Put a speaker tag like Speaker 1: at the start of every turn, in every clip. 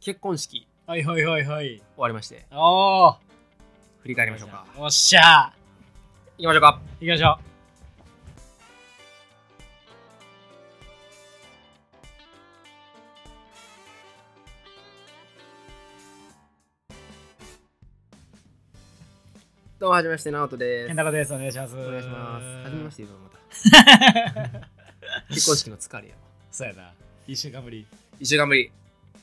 Speaker 1: 結婚式
Speaker 2: はいはいはいはい。
Speaker 1: 終わりまして
Speaker 2: おー。
Speaker 1: 振り返りましょうか
Speaker 2: おっしゃ
Speaker 1: いきましょうか
Speaker 2: ー。行きましょ
Speaker 1: どうもはじめまして直人
Speaker 2: う。
Speaker 1: で
Speaker 2: ケ
Speaker 1: す
Speaker 2: ンタロウです。お願いします。お。
Speaker 1: お願いしますはじめましててどうもまた 結婚式の疲れやわ
Speaker 2: そうやな。一週間ぶり。
Speaker 1: 一週間ぶり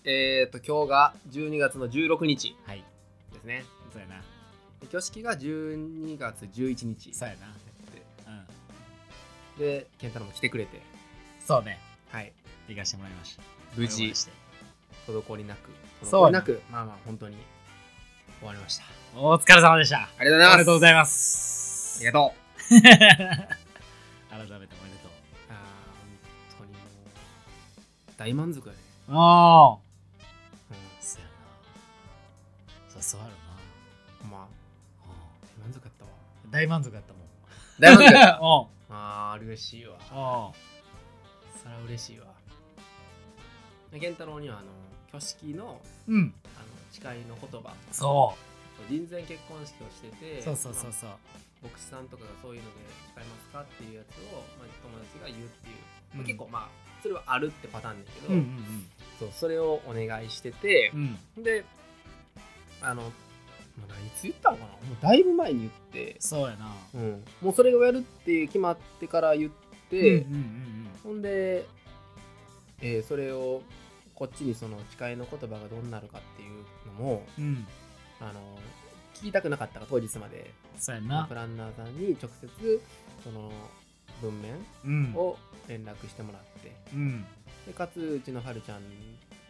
Speaker 1: えっ、ー、と今日が12月の16日
Speaker 2: はい。
Speaker 1: ですね
Speaker 2: そうやな。
Speaker 1: で挙式が12月11日
Speaker 2: そうやな。うん。
Speaker 1: で健太郎も来てくれて
Speaker 2: そうね。
Speaker 1: はい
Speaker 2: 行かしてもらいました。
Speaker 1: 無
Speaker 2: お願
Speaker 1: 事
Speaker 2: いして
Speaker 1: 滞りなく
Speaker 2: そ
Speaker 1: 滞
Speaker 2: う
Speaker 1: りなくまあまあ本当に終わりました
Speaker 2: お疲れ様でした。
Speaker 1: ありが
Speaker 2: ありがと
Speaker 1: と
Speaker 2: う
Speaker 1: う
Speaker 2: ご
Speaker 1: ござい
Speaker 2: ざいま
Speaker 1: ますあ
Speaker 2: す。
Speaker 1: りがとう
Speaker 2: 改めておめでと
Speaker 1: あー本当にもう大満足やね、
Speaker 2: う。おお。
Speaker 1: う
Speaker 2: そうやな。そう、そうあるな。
Speaker 1: ん、まあ大満足やったわ
Speaker 2: うん大満足だったもん。
Speaker 1: 大満足 やった
Speaker 2: おう
Speaker 1: あー嬉しいわ
Speaker 2: おう
Speaker 1: それは嬉しいわで健太郎にはあの挙式の
Speaker 2: うん。
Speaker 1: あの誓いの言葉
Speaker 2: そ
Speaker 1: 人前結婚式をしてて
Speaker 2: う。そうそうそう
Speaker 1: ま
Speaker 2: そう。
Speaker 1: あ牧師さんとかがそういうので誓いますかっていうやつを、まあ、友達が言うっていう、まあ
Speaker 2: うん
Speaker 1: 結構まあそれはあるってパターンだけど、
Speaker 2: うんうん
Speaker 1: そうそれをお願いしてて
Speaker 2: う、ん。うん。
Speaker 1: であのもう何いつ言ったのかなもうだいぶ前に言って、
Speaker 2: そうやな。
Speaker 1: うん、もうそれをやるっていう決まってから言って、
Speaker 2: うんうんうん
Speaker 1: ほんで、えーそれをこっちにその誓いの言葉がどうなるかっていうのも
Speaker 2: うん。うん。
Speaker 1: あの聞きたくなかったから当日まで
Speaker 2: そうや
Speaker 1: まあ
Speaker 2: な
Speaker 1: プ。ランナーさんに直接その文面
Speaker 2: うん。
Speaker 1: を連絡してもらって
Speaker 2: うん。
Speaker 1: でかつうちのはるちゃん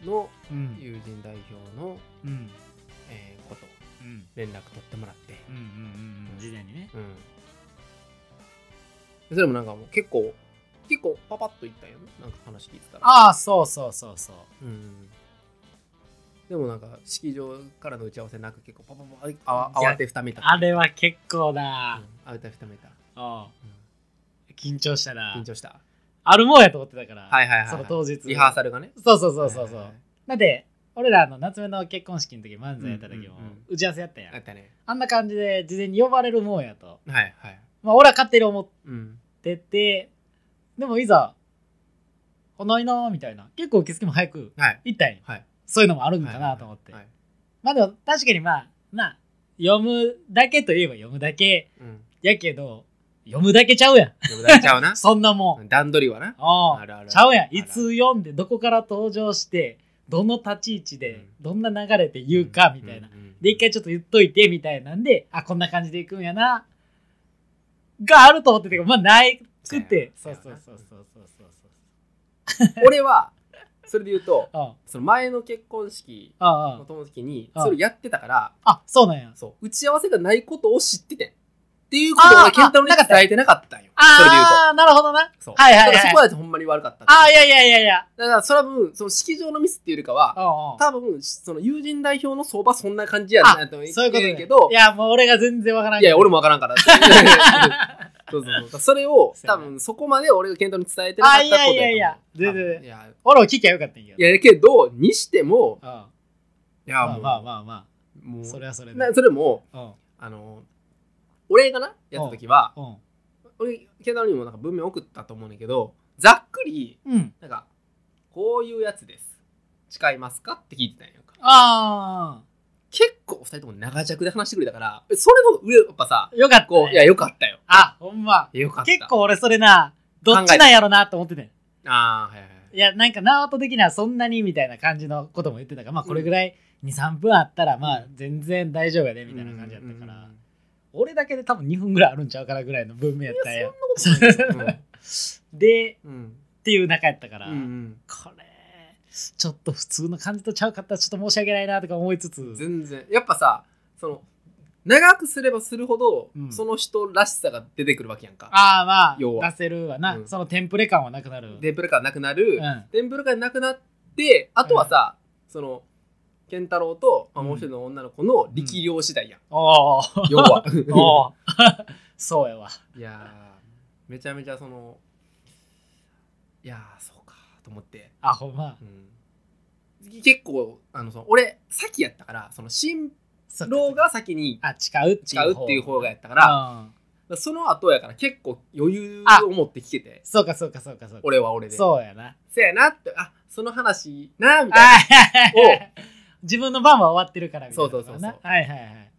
Speaker 1: の
Speaker 2: うん。
Speaker 1: 友人代表の、
Speaker 2: うん。
Speaker 1: えーこと
Speaker 2: うん。
Speaker 1: 連絡取ってもらって、
Speaker 2: うんうんうんうん。事前にね。
Speaker 1: うん、それもなんかもう結構結構パパッといったよねなんか話聞いてたら
Speaker 2: ああ、そうそうそうそう。
Speaker 1: うんでもなんか式場からの打ち合わせなく結構パパパパあわ慌てふためた
Speaker 2: あれは結構
Speaker 1: う、
Speaker 2: なん
Speaker 1: 慌てふためた、
Speaker 2: おう
Speaker 1: う
Speaker 2: 緊張したなん
Speaker 1: 緊張した
Speaker 2: あるもんやと思ってたから、
Speaker 1: はいはいはい、
Speaker 2: その当日
Speaker 1: リハーサルがね
Speaker 2: そうそうそうそ
Speaker 1: は
Speaker 2: うそう、
Speaker 1: いはいはい
Speaker 2: だって俺らの夏目の結婚式の時漫才やった時も
Speaker 1: うんうんうん
Speaker 2: 打ち合わせやったやん、
Speaker 1: あったね
Speaker 2: あんな感じで事前に呼ばれるもんやと
Speaker 1: はいはい
Speaker 2: まあ俺は勝手に思っ
Speaker 1: うん
Speaker 2: ててでもいざ「来ないな」みたいな結構受付も早く
Speaker 1: はい
Speaker 2: 行ったんよ
Speaker 1: はい
Speaker 2: そういうのもあるんかなと思って、
Speaker 1: はいはい
Speaker 2: まあでも確かにまあな読むだけといえば読むだけ
Speaker 1: うん
Speaker 2: やけど読むだけちゃうやん
Speaker 1: でもだいちゃうな
Speaker 2: そんなもん
Speaker 1: 段取りはな
Speaker 2: あ
Speaker 1: あるある
Speaker 2: ちゃうや
Speaker 1: あ
Speaker 2: ん
Speaker 1: るあ
Speaker 2: い
Speaker 1: る
Speaker 2: つ読んでどこから登場してどの立ち位置で、どんな流れで言うかみたいな、
Speaker 1: うんうん
Speaker 2: で一回ちょっと言っといてみたいなんであこんな感じでいくんやながあると思ってたけどまあないくて
Speaker 1: そ
Speaker 2: そうう
Speaker 1: や
Speaker 2: そ
Speaker 1: な
Speaker 2: うそうそうそうそうそう
Speaker 1: 俺はそれで言うと
Speaker 2: あ
Speaker 1: その前の結婚式
Speaker 2: ああ
Speaker 1: の
Speaker 2: あ
Speaker 1: 時に
Speaker 2: うん
Speaker 1: それやってたから
Speaker 2: ああそうなんや
Speaker 1: そう打ち合わせがないことを知っててんっていうことを
Speaker 2: あー
Speaker 1: 俺健太郎に伝えてなかったんよそれで言うと
Speaker 2: ああなるほどな
Speaker 1: そう。
Speaker 2: はいはいはい
Speaker 1: だからそこはほんまに悪かった。
Speaker 2: ああいやいやいやいや
Speaker 1: だからそれは分、その式場のミスっていうよりかは、
Speaker 2: ああ
Speaker 1: 多分、その友人代表の相場そんな感じやなと思
Speaker 2: そういうこと
Speaker 1: 言
Speaker 2: ね
Speaker 1: うけど
Speaker 2: い、やもう俺が全然わからん
Speaker 1: いや、俺
Speaker 2: も
Speaker 1: もわからんから。そうそうそう。それを、多分そこまで俺が健太に伝えてなかったことやと思う。
Speaker 2: あいやいやいや
Speaker 1: 多
Speaker 2: 全然
Speaker 1: 分いや、
Speaker 2: 俺も聞きゃよかったんやけ
Speaker 1: い
Speaker 2: ど
Speaker 1: やけど、にしても、
Speaker 2: あ
Speaker 1: い
Speaker 2: あ
Speaker 1: や、
Speaker 2: まあ
Speaker 1: もう、
Speaker 2: まあまあま
Speaker 1: も
Speaker 2: あ
Speaker 1: う
Speaker 2: それはそれで
Speaker 1: なそれも、
Speaker 2: うん
Speaker 1: あの、俺がな、やった時は、
Speaker 2: うん
Speaker 1: 俺、健太にもなんか文面送ったと思うんだけど、ざっくり、
Speaker 2: うん
Speaker 1: なんか、こういうやつです。誓いますかって聞いてたんやんか。
Speaker 2: あ
Speaker 1: 結構二人とも長尺で話してくれたから、えそれの上、やっぱさ
Speaker 2: あ、、よかった、ね。
Speaker 1: こう、いや、よかったよ。
Speaker 2: あ、ほんま。
Speaker 1: よかった。
Speaker 2: 結。構俺それな、どっちなんやろなと思ってて。
Speaker 1: ああ、はいはいはい。
Speaker 2: いや、なんか、ナオト的にはそんなにみたいな感じのことも言ってたから、まあ、これぐらい2、3分あったら、まあ、全然大丈夫やで、みたいな感じだったから、
Speaker 1: うん
Speaker 2: 俺だけで多分2分ぐらいあるんちゃうからぐらいの文明やったんや。
Speaker 1: うんうん。
Speaker 2: で、
Speaker 1: うん。
Speaker 2: って いう仲やったから、
Speaker 1: うんうん
Speaker 2: これ、ちょっと普通の感じとちゃうかったら、ちょっと申し訳ないなとか思いつつ、
Speaker 1: 全然。やっぱさ、その、長くすればするほど、
Speaker 2: うん
Speaker 1: その人らしさが出てくるわけやんか。
Speaker 2: ああ、ま
Speaker 1: 要は
Speaker 2: あ、出せるわな、
Speaker 1: うん
Speaker 2: そのテンプレ感はなくなる。
Speaker 1: デンプル感なくなる、
Speaker 2: うん、
Speaker 1: デンプル感なくなって、あとはさ、その、健太郎と、まあ、もう一人の女の子の力量次第やん。
Speaker 2: おー
Speaker 1: 要は。
Speaker 2: おー そうやわ。
Speaker 1: いやーめちゃめちゃそのいやーそうかと思って、
Speaker 2: あほんま
Speaker 1: うん結構あのその俺先やったからその新
Speaker 2: そっか
Speaker 1: 郎が先に
Speaker 2: あ誓うって
Speaker 1: 誓
Speaker 2: いうう
Speaker 1: っていう方がやったから
Speaker 2: が
Speaker 1: その後やから結構余裕を持って聞けて
Speaker 2: そうかそうかそうかそうか
Speaker 1: 俺は俺で
Speaker 2: そうやな
Speaker 1: せやなってあその話なみたいな
Speaker 2: あ
Speaker 1: っ
Speaker 2: ー 自分の番は終わってるからみたいなこと
Speaker 1: そうそう
Speaker 2: な
Speaker 1: そうそう
Speaker 2: はいはいはい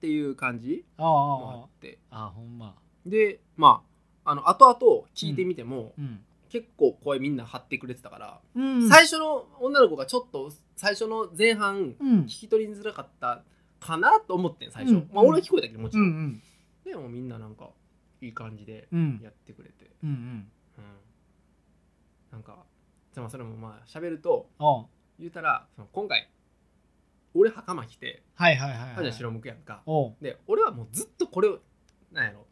Speaker 1: ていう感じ
Speaker 2: おうおう
Speaker 1: もあ
Speaker 2: おう
Speaker 1: って
Speaker 2: あほんま
Speaker 1: でまああの後々聞いてみても、
Speaker 2: うん、
Speaker 1: 結構声みんな張ってくれてたから、
Speaker 2: うん、
Speaker 1: 最初の女の子がちょっと最初の前半
Speaker 2: うん
Speaker 1: 聞き取りづらかったかなと思ってん最初、
Speaker 2: うん
Speaker 1: まあ俺は聞こえたけどもち
Speaker 2: う
Speaker 1: ろん、
Speaker 2: ん
Speaker 1: でもみんななんかいい感じで
Speaker 2: うんうん
Speaker 1: やってくれて、
Speaker 2: うんうん
Speaker 1: うん、なんかでもそれもまあ喋ると
Speaker 2: おう
Speaker 1: 言うたらその今回俺袴着て
Speaker 2: はいはいはい
Speaker 1: あ
Speaker 2: はい
Speaker 1: じゃ白むくやんか、
Speaker 2: おう
Speaker 1: で俺はもうずっとこれをなんやろ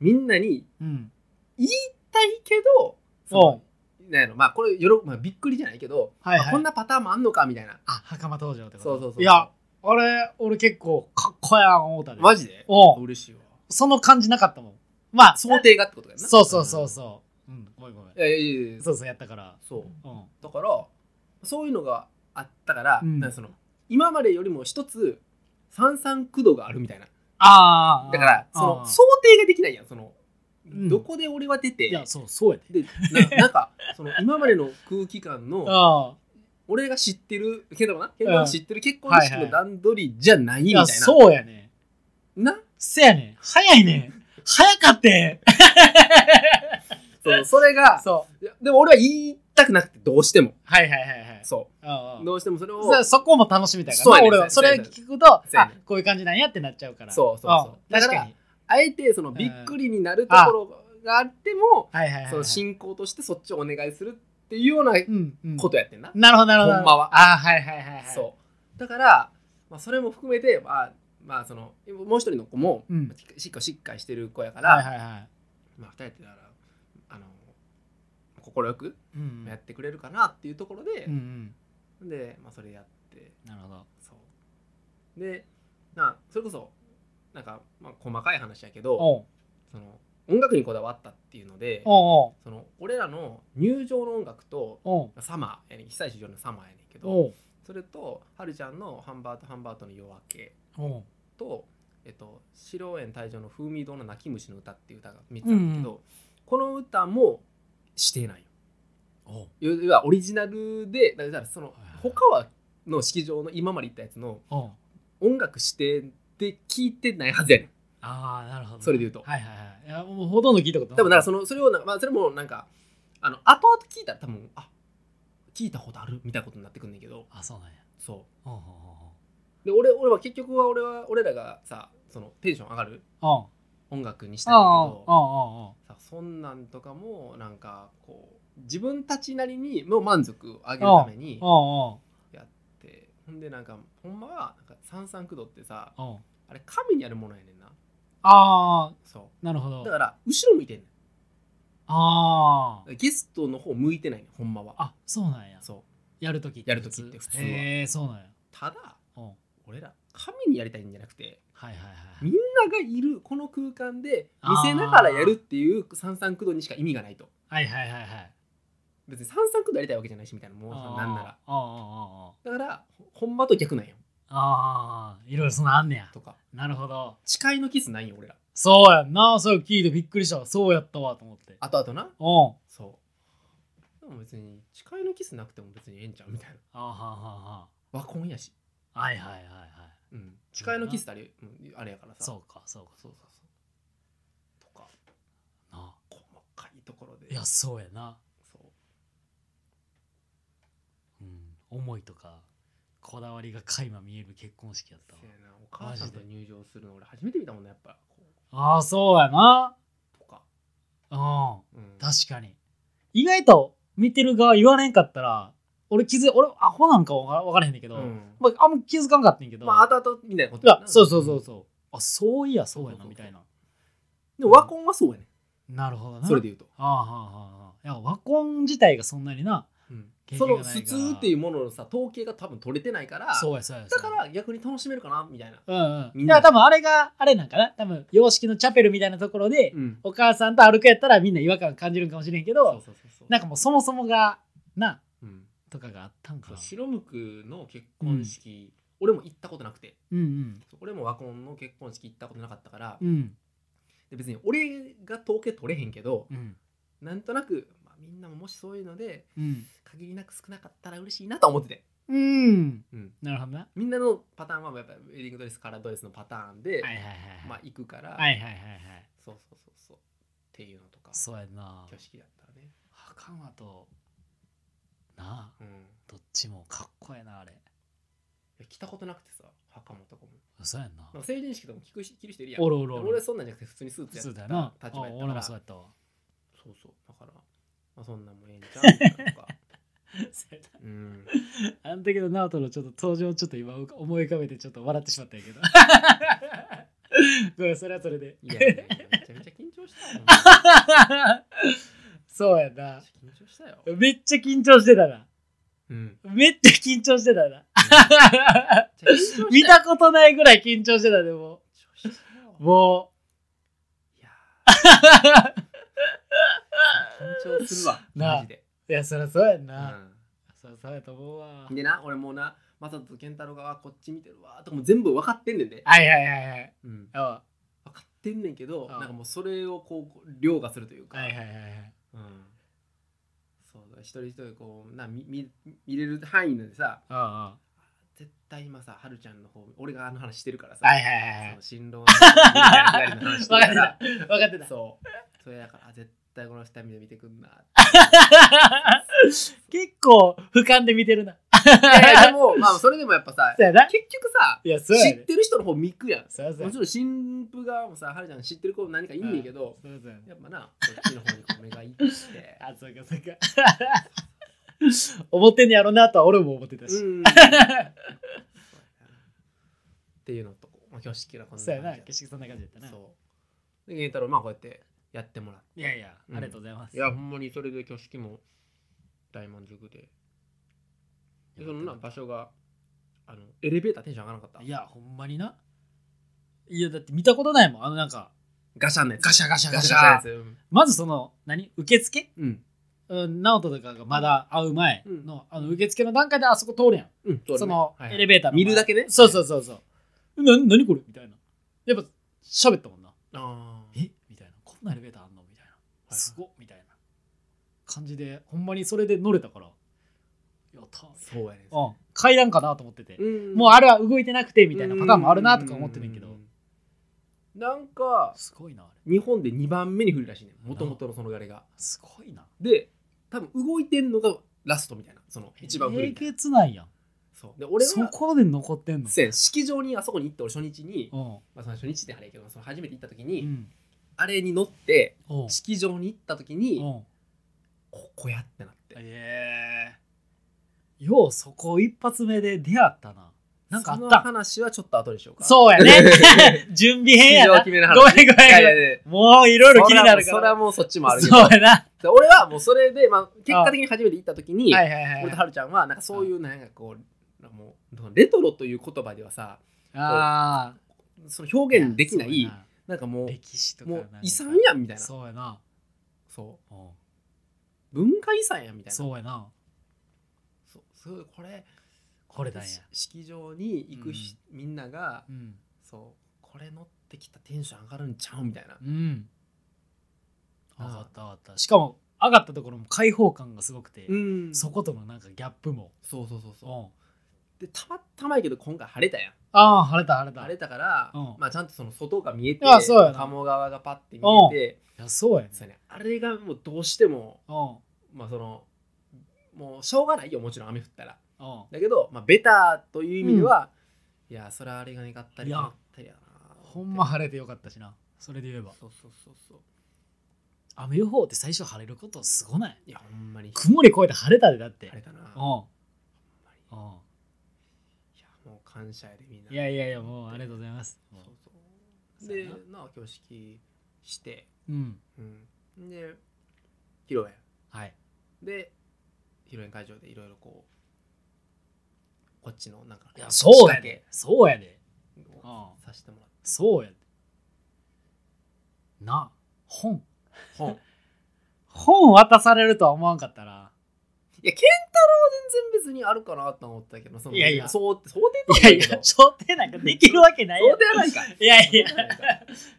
Speaker 1: みんなに
Speaker 2: うん
Speaker 1: たいけどそ
Speaker 2: お
Speaker 1: の
Speaker 2: う
Speaker 1: なんやろまあこれよろ、まあ、びっくりじゃないけど、
Speaker 2: はい
Speaker 1: あ
Speaker 2: は
Speaker 1: こん
Speaker 2: い
Speaker 1: なパターンもあんのかみたいな
Speaker 2: あ袴登場ってこと
Speaker 1: そうそうそう
Speaker 2: いやあれ俺結構かっこやん思うたで
Speaker 1: マジで
Speaker 2: おう
Speaker 1: 嬉しいわ
Speaker 2: その感じなかったもんまあ
Speaker 1: 想定がってことやな
Speaker 2: そうそうそうそううんごめんごめん
Speaker 1: うんいやいやいやいや
Speaker 2: そうそうやったから
Speaker 1: そう
Speaker 2: うん
Speaker 1: だからそういうのがあったから、
Speaker 2: うん
Speaker 1: なんかその今までよりも一つ三三九度があるみたいな
Speaker 2: ああ
Speaker 1: だからそ
Speaker 2: あ
Speaker 1: の
Speaker 2: ー
Speaker 1: 想定ができないやんその、
Speaker 2: うん
Speaker 1: どこで俺は出て
Speaker 2: いやそうそうやで
Speaker 1: でな なんかその今までの空気感の
Speaker 2: ああ
Speaker 1: 俺が知ってるけどなけど
Speaker 2: うん
Speaker 1: 知ってる結婚式の段取りじゃないみ
Speaker 2: い
Speaker 1: たい
Speaker 2: や
Speaker 1: な、
Speaker 2: そうやね
Speaker 1: な
Speaker 2: せやね早いね早かって
Speaker 1: そうそれが
Speaker 2: そう
Speaker 1: いやでも俺は言いたくなくてどうしても
Speaker 2: はいはいはいはい
Speaker 1: そ
Speaker 2: ああ
Speaker 1: うどうしてもそれを
Speaker 2: そそこも楽しみたいか
Speaker 1: そうや
Speaker 2: らな
Speaker 1: ね
Speaker 2: 俺は
Speaker 1: そ
Speaker 2: そう
Speaker 1: や
Speaker 2: れ
Speaker 1: ね
Speaker 2: 聞くと
Speaker 1: そうや
Speaker 2: あ
Speaker 1: ね
Speaker 2: こういう感じなんやってなっちゃうから
Speaker 1: そうそうそうん
Speaker 2: 確かに
Speaker 1: あえてその
Speaker 2: ん
Speaker 1: びっくりになるところがあっても、
Speaker 2: はいはいはい
Speaker 1: そ
Speaker 2: は
Speaker 1: の
Speaker 2: い
Speaker 1: 進行としてそっちをお願いするっていうような
Speaker 2: うんうん
Speaker 1: ことやってんな、
Speaker 2: なるほどなるほど
Speaker 1: ほんまは
Speaker 2: ああはいはいはいはい
Speaker 1: そうだから、まあ、それも含めてまあまあそのもう一人の子も、
Speaker 2: うん
Speaker 1: しっかしっかりしてる子やから、
Speaker 2: はいはいはい
Speaker 1: まあ、二人ってだからあの快く
Speaker 2: うん
Speaker 1: やってくれるかなっていうところで
Speaker 2: うんう、ん
Speaker 1: で、まあ、それやって
Speaker 2: なるほど
Speaker 1: そうでなそれこそなんか、まあ、細かい話やけど
Speaker 2: おう
Speaker 1: その音楽にこだわったっていうので
Speaker 2: おう
Speaker 1: その俺らの入場の音楽と
Speaker 2: おう
Speaker 1: サマーやねん久石譲のサマーやねんけど
Speaker 2: おう
Speaker 1: それとはるちゃんの「ハンバートハンバートの夜明け
Speaker 2: おう」
Speaker 1: と「えっと、白園退場の風味堂の泣き虫の歌」っていう歌が3つあるんだけど、
Speaker 2: う
Speaker 1: この歌もしてないよ
Speaker 2: おう
Speaker 1: 要要はオリジナルでだからその他はの式場の今まで言ったやつの
Speaker 2: おう
Speaker 1: 音楽指定で聞いてないはずやねん
Speaker 2: ああなるほど
Speaker 1: それで言うと
Speaker 2: はいはいはいいやもうほとんど聞いたことない
Speaker 1: 多分なんかそのそれをなんかまあそれもなんかあの後々聞いたら多分あ聞いたことあるみたいなことになってくんねんけど
Speaker 2: あそうなんや
Speaker 1: そ
Speaker 2: おうおう
Speaker 1: うで俺俺は結局は俺は俺らがさそのテンション上がる
Speaker 2: おうおう
Speaker 1: 音楽にしたいんだ
Speaker 2: おう
Speaker 1: け
Speaker 2: おう
Speaker 1: ど
Speaker 2: おうおう
Speaker 1: さそんなんとかもなんかこう自分たちなりにもう満足を上げるために
Speaker 2: おう
Speaker 1: やってほんでなんかほんまはなんか三三九度ってさ
Speaker 2: おうおう
Speaker 1: あれ神にあるものやねんな
Speaker 2: あ
Speaker 1: そ
Speaker 2: あなるほど
Speaker 1: うだから後ろ向いてんねん
Speaker 2: ああ
Speaker 1: ゲストの方向いてないねんほんまは
Speaker 2: あそうなんや
Speaker 1: そう
Speaker 2: やるとき
Speaker 1: やる時って普通は
Speaker 2: へえそうなんや
Speaker 1: ただ
Speaker 2: おう
Speaker 1: 俺ら神にやりたいんじゃなくて
Speaker 2: はいはいはい
Speaker 1: みんながいるこの空間で見せながらやるっていう三三九度にしか意味がないと
Speaker 2: はいはいはいはい
Speaker 1: 別に三三九度やりたいわけじゃないしみたいなもうさなんなら
Speaker 2: ああ
Speaker 1: だからほほんまと逆なんよ
Speaker 2: ああいろいろそんなんあんねや
Speaker 1: とか
Speaker 2: なるほど
Speaker 1: 誓いのキスないよ俺ら
Speaker 2: そうやんなそれ聞いてびっくりしたわそうやったわと思って
Speaker 1: 後々な
Speaker 2: おう
Speaker 1: そうでも別に誓いのキスなくても別にええんちゃうみ たいな
Speaker 2: ああはは
Speaker 1: 和婚やし、
Speaker 2: ははいはいはいはい
Speaker 1: うん、誓いのキスってあれ,、うん、あれやからさ
Speaker 2: そうかそうか
Speaker 1: そうそうそうとか
Speaker 2: な
Speaker 1: 細かいところで
Speaker 2: いやそうやな
Speaker 1: そう
Speaker 2: うん思いとかこだわりが垣間見える結婚式やったわ
Speaker 1: せやなお母さんと
Speaker 2: マジ
Speaker 1: 入場するの俺初めて見たもんねやっぱこ
Speaker 2: ああそうやな
Speaker 1: うとか、
Speaker 2: うん
Speaker 1: うん、
Speaker 2: 確かに意外と見てる側言われんかったら俺気づ俺アホなんかわからわからへんねんけど、
Speaker 1: うん
Speaker 2: まあ、あんま気づかんかったんやけど、
Speaker 1: まあ後々みたいなこと
Speaker 2: いや
Speaker 1: な
Speaker 2: そうそうそうそうあそういやそう
Speaker 1: そ
Speaker 2: や
Speaker 1: うそう
Speaker 2: な
Speaker 1: そう
Speaker 2: みたいな
Speaker 1: でも和婚はそうやね
Speaker 2: なるほどな
Speaker 1: それで言うと、
Speaker 2: ああはあはあいや和婚自体がそんなにな
Speaker 1: うん
Speaker 2: 経
Speaker 1: そ
Speaker 2: 験が
Speaker 1: の
Speaker 2: ないから
Speaker 1: 普通っていうもののさ統計が多分取れてないから
Speaker 2: そうやそうや
Speaker 1: だ
Speaker 2: そう
Speaker 1: か
Speaker 2: や
Speaker 1: ら逆に楽しめるかなみたいな、
Speaker 2: うんう
Speaker 1: み
Speaker 2: ん
Speaker 1: ん
Speaker 2: だ
Speaker 1: な
Speaker 2: から多分あれがあれなんかな多分洋式のチャペルみたいなところで、
Speaker 1: うん、
Speaker 2: お母さんと歩くやったらみんな違和感感じるんかもしれんけど
Speaker 1: そうそうそうそう
Speaker 2: なんかもうそもそもがな
Speaker 1: うん
Speaker 2: とかがあったんか
Speaker 1: そ
Speaker 2: な
Speaker 1: う白むくの結婚式、俺も行ったことなくて
Speaker 2: うん
Speaker 1: そう俺も和婚の結婚式行ったことなかったから、
Speaker 2: うんうん
Speaker 1: で別に俺が統計取れへんけど、
Speaker 2: うん
Speaker 1: なんとなく、まあ、みんなももしそういうので
Speaker 2: うん
Speaker 1: 限りなく少なかったら嬉しいなとは思ってて、
Speaker 2: うん
Speaker 1: うん、
Speaker 2: なるほどな
Speaker 1: みんなのパターンはやっぱウェディングドレスカラードレスのパターンで、
Speaker 2: はいはいはい
Speaker 1: ま
Speaker 2: は
Speaker 1: あ
Speaker 2: い
Speaker 1: 行くから、
Speaker 2: はいはいはいはい
Speaker 1: そうそうそうそうっていうのとか
Speaker 2: そうやんな
Speaker 1: 挙式だったらね
Speaker 2: 袴となあ
Speaker 1: うんい
Speaker 2: どっちもかっこええなあれ
Speaker 1: や着たことなくてさ袴とかも
Speaker 2: そうやんな
Speaker 1: なんか成人式とかも着くし着る人いるやん
Speaker 2: おるおる
Speaker 1: でも
Speaker 2: お
Speaker 1: 俺
Speaker 2: る
Speaker 1: はそんなんじゃなくて普通にスーツや
Speaker 2: そ
Speaker 1: っ
Speaker 2: うだ
Speaker 1: た
Speaker 2: よな
Speaker 1: 立場や
Speaker 2: あ
Speaker 1: った
Speaker 2: 俺
Speaker 1: から
Speaker 2: もそうやったわ
Speaker 1: そうそうだから、まあ、そんなんもええんちゃうみたいなのと か
Speaker 2: そうやった
Speaker 1: うん
Speaker 2: あの時のナオトのちょっと登場をちょっと今思い浮かべてちょっと笑ってしまったんやけど。ごめん、それはそれで。
Speaker 1: いやいやいやめちゃめちゃ緊張したよほんま
Speaker 2: そうやな。
Speaker 1: に緊張したよ、
Speaker 2: めっちゃ緊張してたな。
Speaker 1: うん、めっ
Speaker 2: めっちゃ緊張してたな。
Speaker 1: ちゃ緊張したよ
Speaker 2: 見たことないぐらい緊張してたでも
Speaker 1: 緊張したよ
Speaker 2: う。も
Speaker 1: いやー緊張するわ
Speaker 2: なあ
Speaker 1: マジで、
Speaker 2: う。いや、そりゃそうやん
Speaker 1: う
Speaker 2: な。
Speaker 1: ん
Speaker 2: そりゃそうやと思うわ。
Speaker 1: でな俺もうなマサトとケンタロウがあこっち見てるわとかも全部分かってんねんで、
Speaker 2: はいはいはいはい。
Speaker 1: うん、
Speaker 2: おうは
Speaker 1: 分かってんねんけど
Speaker 2: ああ
Speaker 1: なんかもうそれをこう凌駕するという
Speaker 2: い
Speaker 1: か、
Speaker 2: はいはいはい。
Speaker 1: うん、そうだ一人一人こうな見見見れる範囲のでさ
Speaker 2: おうおうは
Speaker 1: 絶対今さはるちゃんの方俺があの話してるから
Speaker 2: い
Speaker 1: さ、
Speaker 2: はいは
Speaker 1: そ
Speaker 2: いはい
Speaker 1: の。新郎の二人の 話してるから
Speaker 2: 分かってた。
Speaker 1: そうそれだからあ絶対この二人で見てく んなって
Speaker 2: 結構俯瞰で見てる
Speaker 1: い
Speaker 2: な。
Speaker 1: やでもまあそれでもやっぱさ
Speaker 2: そうやな。
Speaker 1: 結局さ
Speaker 2: いや、そう
Speaker 1: 知
Speaker 2: や
Speaker 1: っ
Speaker 2: ね。
Speaker 1: てる人の方見くやん
Speaker 2: そうそう
Speaker 1: もちろん新婦側もさはるちゃん知ってる子も何かいんねんけど、
Speaker 2: そうそう
Speaker 1: やっぱなこっちの方にこう目がいって
Speaker 2: あ、 そうか、そうか。 思ってんねやろなとは俺も思ってた
Speaker 1: う
Speaker 2: し。
Speaker 1: んそうやなっていうのとまあ挙式がこんな
Speaker 2: そうやな。
Speaker 1: 感
Speaker 2: 景
Speaker 1: じ
Speaker 2: 色そんな感じやった
Speaker 1: だ
Speaker 2: な。
Speaker 1: そうで源太郎まあこうやってやってもらっ
Speaker 2: いやいや、
Speaker 1: うん
Speaker 2: ありがとうございます。
Speaker 1: ていやほんまにそれで挙式も大満足ででそのな場所があのエレベーターテンション上がらなかった
Speaker 2: いや、ほんまにな。いや、だって見たことないもん。あの、なんか、
Speaker 1: ガシャンのやつ
Speaker 2: ガシャガシャガシ
Speaker 1: のや
Speaker 2: ャ
Speaker 1: つ。うん
Speaker 2: まずその、何受付
Speaker 1: うん
Speaker 2: うん、直人とかがまだ会う前
Speaker 1: う
Speaker 2: の、あの、受付の段階であそこ通るやん。
Speaker 1: うんうだね
Speaker 2: その
Speaker 1: はい
Speaker 2: エレベーターの
Speaker 1: 見るだけね
Speaker 2: そうそうそうそう。な、なにこれみたいな。やっぱ喋ったもんな。
Speaker 1: あー
Speaker 2: えみたいな。こんなエレベーターあんのみたい
Speaker 1: い
Speaker 2: な。すごっみたいな感じで、ほんまにそれで乗れたから。やったーみた
Speaker 1: そう
Speaker 2: い
Speaker 1: やね
Speaker 2: なうん。階段かなと思ってて。
Speaker 1: ん
Speaker 2: もうあれは動いてなくてみたいなパターンもあるなとか思ってるんやけ
Speaker 1: う
Speaker 2: ど。
Speaker 1: なんか
Speaker 2: すごいな、あれ。
Speaker 1: 日本で2番目に降るらしいねもともとのそのがれが
Speaker 2: すごいな。
Speaker 1: で多分動いてんのがラストみたいなその一番古い
Speaker 2: えげつないやん。
Speaker 1: そうで俺
Speaker 2: そ
Speaker 1: は
Speaker 2: こで残ってんの。
Speaker 1: せや式場にあそこに行って俺初日に、
Speaker 2: うん。
Speaker 1: まあ、その初日ってあれやけどその初めて行った時
Speaker 2: う
Speaker 1: に、
Speaker 2: ん。
Speaker 1: あれに乗って
Speaker 2: おう
Speaker 1: 式場に行った時に、
Speaker 2: おう
Speaker 1: ここやってなって
Speaker 2: ええようそこ一発目で出会ったな。なんかあ
Speaker 1: そ
Speaker 2: っ
Speaker 1: の
Speaker 2: た
Speaker 1: 話はちょっと後でしょうかう
Speaker 2: そうや ね。準備編や
Speaker 1: 式場
Speaker 2: な。
Speaker 1: を
Speaker 2: ご
Speaker 1: 決
Speaker 2: め
Speaker 1: め
Speaker 2: ん
Speaker 1: る話
Speaker 2: ごめんご
Speaker 1: いやいや
Speaker 2: めん。
Speaker 1: いや
Speaker 2: もういろいろ気になる
Speaker 1: そ
Speaker 2: か
Speaker 1: れは
Speaker 2: ら。
Speaker 1: もうそっちもあるけど
Speaker 2: そうやな。
Speaker 1: で俺はもうそれで、まあ、結果的に初めて行った時に、
Speaker 2: はいはいはい
Speaker 1: 俺と
Speaker 2: はい。
Speaker 1: はるちゃんはなんかそういうなんかこうなんかもうレトロという言葉ではさ
Speaker 2: ああ。
Speaker 1: その表現できない
Speaker 2: そうや
Speaker 1: なんかもう
Speaker 2: 歴史とか
Speaker 1: も
Speaker 2: なん
Speaker 1: う
Speaker 2: か。
Speaker 1: 遺産やんみたいなそう
Speaker 2: そうやな。うん
Speaker 1: 文化遺産やんみたいなそう
Speaker 2: そうやな。
Speaker 1: すごいこれ
Speaker 2: これだや。
Speaker 1: 式場に行くひ、みんなが
Speaker 2: うん。
Speaker 1: そうこれ乗ってきたテンション上がるんちゃうみたいな
Speaker 2: うん。
Speaker 1: あ
Speaker 2: 上がった上がった。しかも上がったところも開放感がすごくて、
Speaker 1: ん
Speaker 2: そ
Speaker 1: そ
Speaker 2: ことのなんかギャップも。
Speaker 1: そうそうそう
Speaker 2: う
Speaker 1: そ
Speaker 2: ん。
Speaker 1: うでたまたまやけど今回晴れたやん
Speaker 2: ああ、晴れた晴れた。
Speaker 1: 晴れたから、
Speaker 2: うん
Speaker 1: まあちゃんとその外が見えて
Speaker 2: あそうやな
Speaker 1: 鴨川がパッて見えて、
Speaker 2: いや、そうやね。
Speaker 1: そうやねあれがもうどうしても
Speaker 2: うん。
Speaker 1: まあそのもうしょうがないよもちろん雨降ったら
Speaker 2: うん。
Speaker 1: だけど、まあ、ベターという意味では、いやそれはあれが願ったり
Speaker 2: いや
Speaker 1: 願ったりやな
Speaker 2: ほんま晴れてよかったしな。それで言えば。
Speaker 1: そうそうそうそう
Speaker 2: 雨予報って最初晴れることすごない。
Speaker 1: いやほんまに
Speaker 2: 曇り越えて晴れたでだって。
Speaker 1: 晴れたな
Speaker 2: うん。
Speaker 1: ほんまに
Speaker 2: うん。
Speaker 1: いやもう感謝やでみんない
Speaker 2: やいやいや、もうありがとうございます。
Speaker 1: そうそう
Speaker 2: そう
Speaker 1: で
Speaker 2: や
Speaker 1: な
Speaker 2: な
Speaker 1: あ挙式して
Speaker 2: うん。
Speaker 1: うんで披露宴
Speaker 2: はい。
Speaker 1: で披露宴会場でいろいろこうこっちのなんか
Speaker 2: いや、そうやで。そうやで。
Speaker 1: 仕掛け
Speaker 2: う
Speaker 1: を
Speaker 2: ん。
Speaker 1: させてもらって
Speaker 2: そうやで。なあ、本。
Speaker 1: 本
Speaker 2: 本渡されるとは思わんかったら。
Speaker 1: いや、ケンタロウは全然別にあるかなと思ったけど、その
Speaker 2: いやいや
Speaker 1: 想想
Speaker 2: い
Speaker 1: 定
Speaker 2: や
Speaker 1: ないいけど。
Speaker 2: や、想定なんかできるわけないや
Speaker 1: 想
Speaker 2: ん。
Speaker 1: 定ないか。
Speaker 2: いやいや、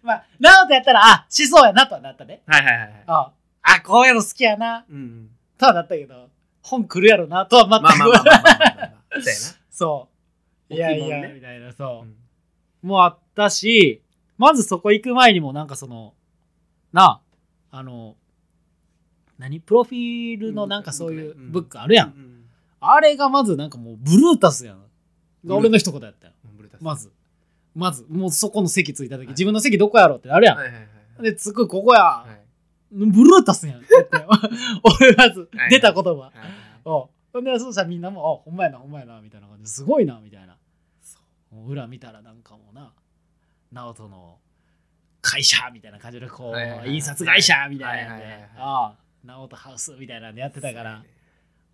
Speaker 2: まあ、ナオトやったら、あ、しそうやなとはなったね。
Speaker 1: はいはいはいはい。
Speaker 2: ああ、こういうの好きやな
Speaker 1: うんうん。
Speaker 2: とはなったけど、本来るやろなとは
Speaker 1: まあまあ
Speaker 2: 全
Speaker 1: ま
Speaker 2: く
Speaker 1: あまあまあまあまあ。そうや
Speaker 2: そう。いや
Speaker 1: 大き
Speaker 2: い
Speaker 1: いもん
Speaker 2: や、
Speaker 1: ね
Speaker 2: みたいな、そ
Speaker 1: な。う
Speaker 2: う。
Speaker 1: ん
Speaker 2: もうあったし、まずそこ行く前にも、なんかその、なあ、あの、何プロフィールのなんかそういう
Speaker 1: うん
Speaker 2: ブックあるやん。
Speaker 1: うん
Speaker 2: あれがまずなんかもうブルータスやん。が俺の一言やったよ。
Speaker 1: うんブルータス
Speaker 2: まず。まず、もうそこの席ついた時、自分の席どこやろってなるやん。
Speaker 1: はいはいはいはい。
Speaker 2: で、つくここや。
Speaker 1: はい
Speaker 2: ブルータスやん。って言った よ俺まず
Speaker 1: はい
Speaker 2: 出た言葉。
Speaker 1: はいはい
Speaker 2: おほんで、そうしたらみんなも、あ、ほんまやな、ほんまやな、みたいな感じですごいな、みたいな。もう裏見たらなんかもうな、ナオトの会社みたいな感じで、こ
Speaker 1: はいはいは
Speaker 2: う、
Speaker 1: い
Speaker 2: 印刷会社みたいなんで
Speaker 1: はいはいはいはい、
Speaker 2: ああ、ナオトハウスみたいなんでやってたか
Speaker 1: そうや
Speaker 2: ら、
Speaker 1: ね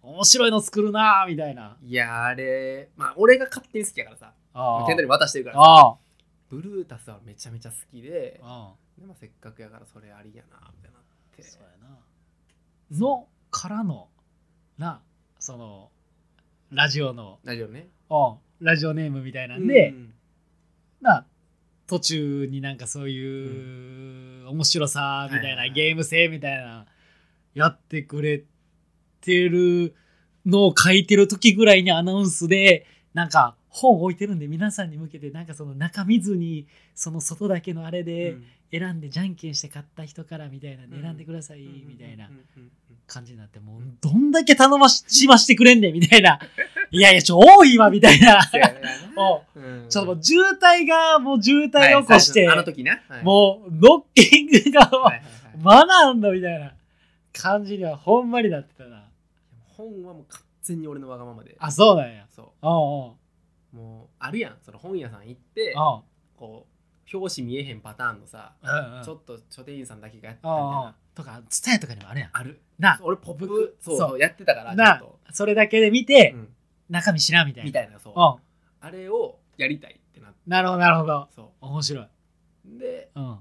Speaker 2: 面白いの作るな、みたいな。
Speaker 1: いやあれまあ俺が勝手に好きやからさ
Speaker 2: ああ
Speaker 1: ケンタに渡してるからさ
Speaker 2: あ
Speaker 1: ブルータスはめちゃめちゃ好きで
Speaker 2: あ、
Speaker 1: でもせっかくやからそれありやなみたいになって
Speaker 2: そうやな。のからの、な、その、ラジオの、
Speaker 1: 大丈夫ね
Speaker 2: うんラジオネームみたいなんで、
Speaker 1: うん
Speaker 2: まあ、途中になんかそういう面白さみたい
Speaker 1: は
Speaker 2: な、
Speaker 1: いはいはい
Speaker 2: ゲーム性みたいなやってくれてるのを書いてる時ぐらいにアナウンスでなんか本置いてるんで皆さんに向けてなんかその中見ずにその外だけのあれ
Speaker 1: う
Speaker 2: で
Speaker 1: ん
Speaker 2: 選んでじゃんけんして買った人からみたいなんで
Speaker 1: うん
Speaker 2: 選んでください
Speaker 1: うん
Speaker 2: みたいな
Speaker 1: うんうんうん
Speaker 2: 感じになってもうどんだけ頼まししましてくれんねんみたいないやいやちょ多いわみたい な。
Speaker 1: そうやね
Speaker 2: お
Speaker 1: うん
Speaker 2: ちょっともう渋滞がもう渋滞
Speaker 1: はい
Speaker 2: 起こして、
Speaker 1: 最初のあの時なはい
Speaker 2: もうノッキングがもう
Speaker 1: はいはいはい
Speaker 2: マナーんだみたいな感じにはほんまになってたな。
Speaker 1: 本はもう完全に俺のわがままで
Speaker 2: あ、そうなんや。
Speaker 1: そ
Speaker 2: おう
Speaker 1: うもうあるやんその本屋さん行って
Speaker 2: おう。
Speaker 1: こう表紙見えへんパターンのさ
Speaker 2: うんうんうん
Speaker 1: ちょっと書店員さんだけがやってたみたい
Speaker 2: おうおう
Speaker 1: な
Speaker 2: とか、ツタヤとかにもあるやん。
Speaker 1: ある
Speaker 2: な
Speaker 1: 俺ポッ
Speaker 2: ブッ
Speaker 1: プ
Speaker 2: ク
Speaker 1: そう
Speaker 2: そう
Speaker 1: そうやってたから
Speaker 2: な
Speaker 1: ちょっ
Speaker 2: それだけで見
Speaker 1: と、
Speaker 2: て
Speaker 1: う、ん
Speaker 2: 中身知らんみたいな。
Speaker 1: みたいなそう
Speaker 2: おう
Speaker 1: あれをやりたいってなって
Speaker 2: なるほど、なるほど。
Speaker 1: そ
Speaker 2: 面白い。
Speaker 1: うで
Speaker 2: うん。うん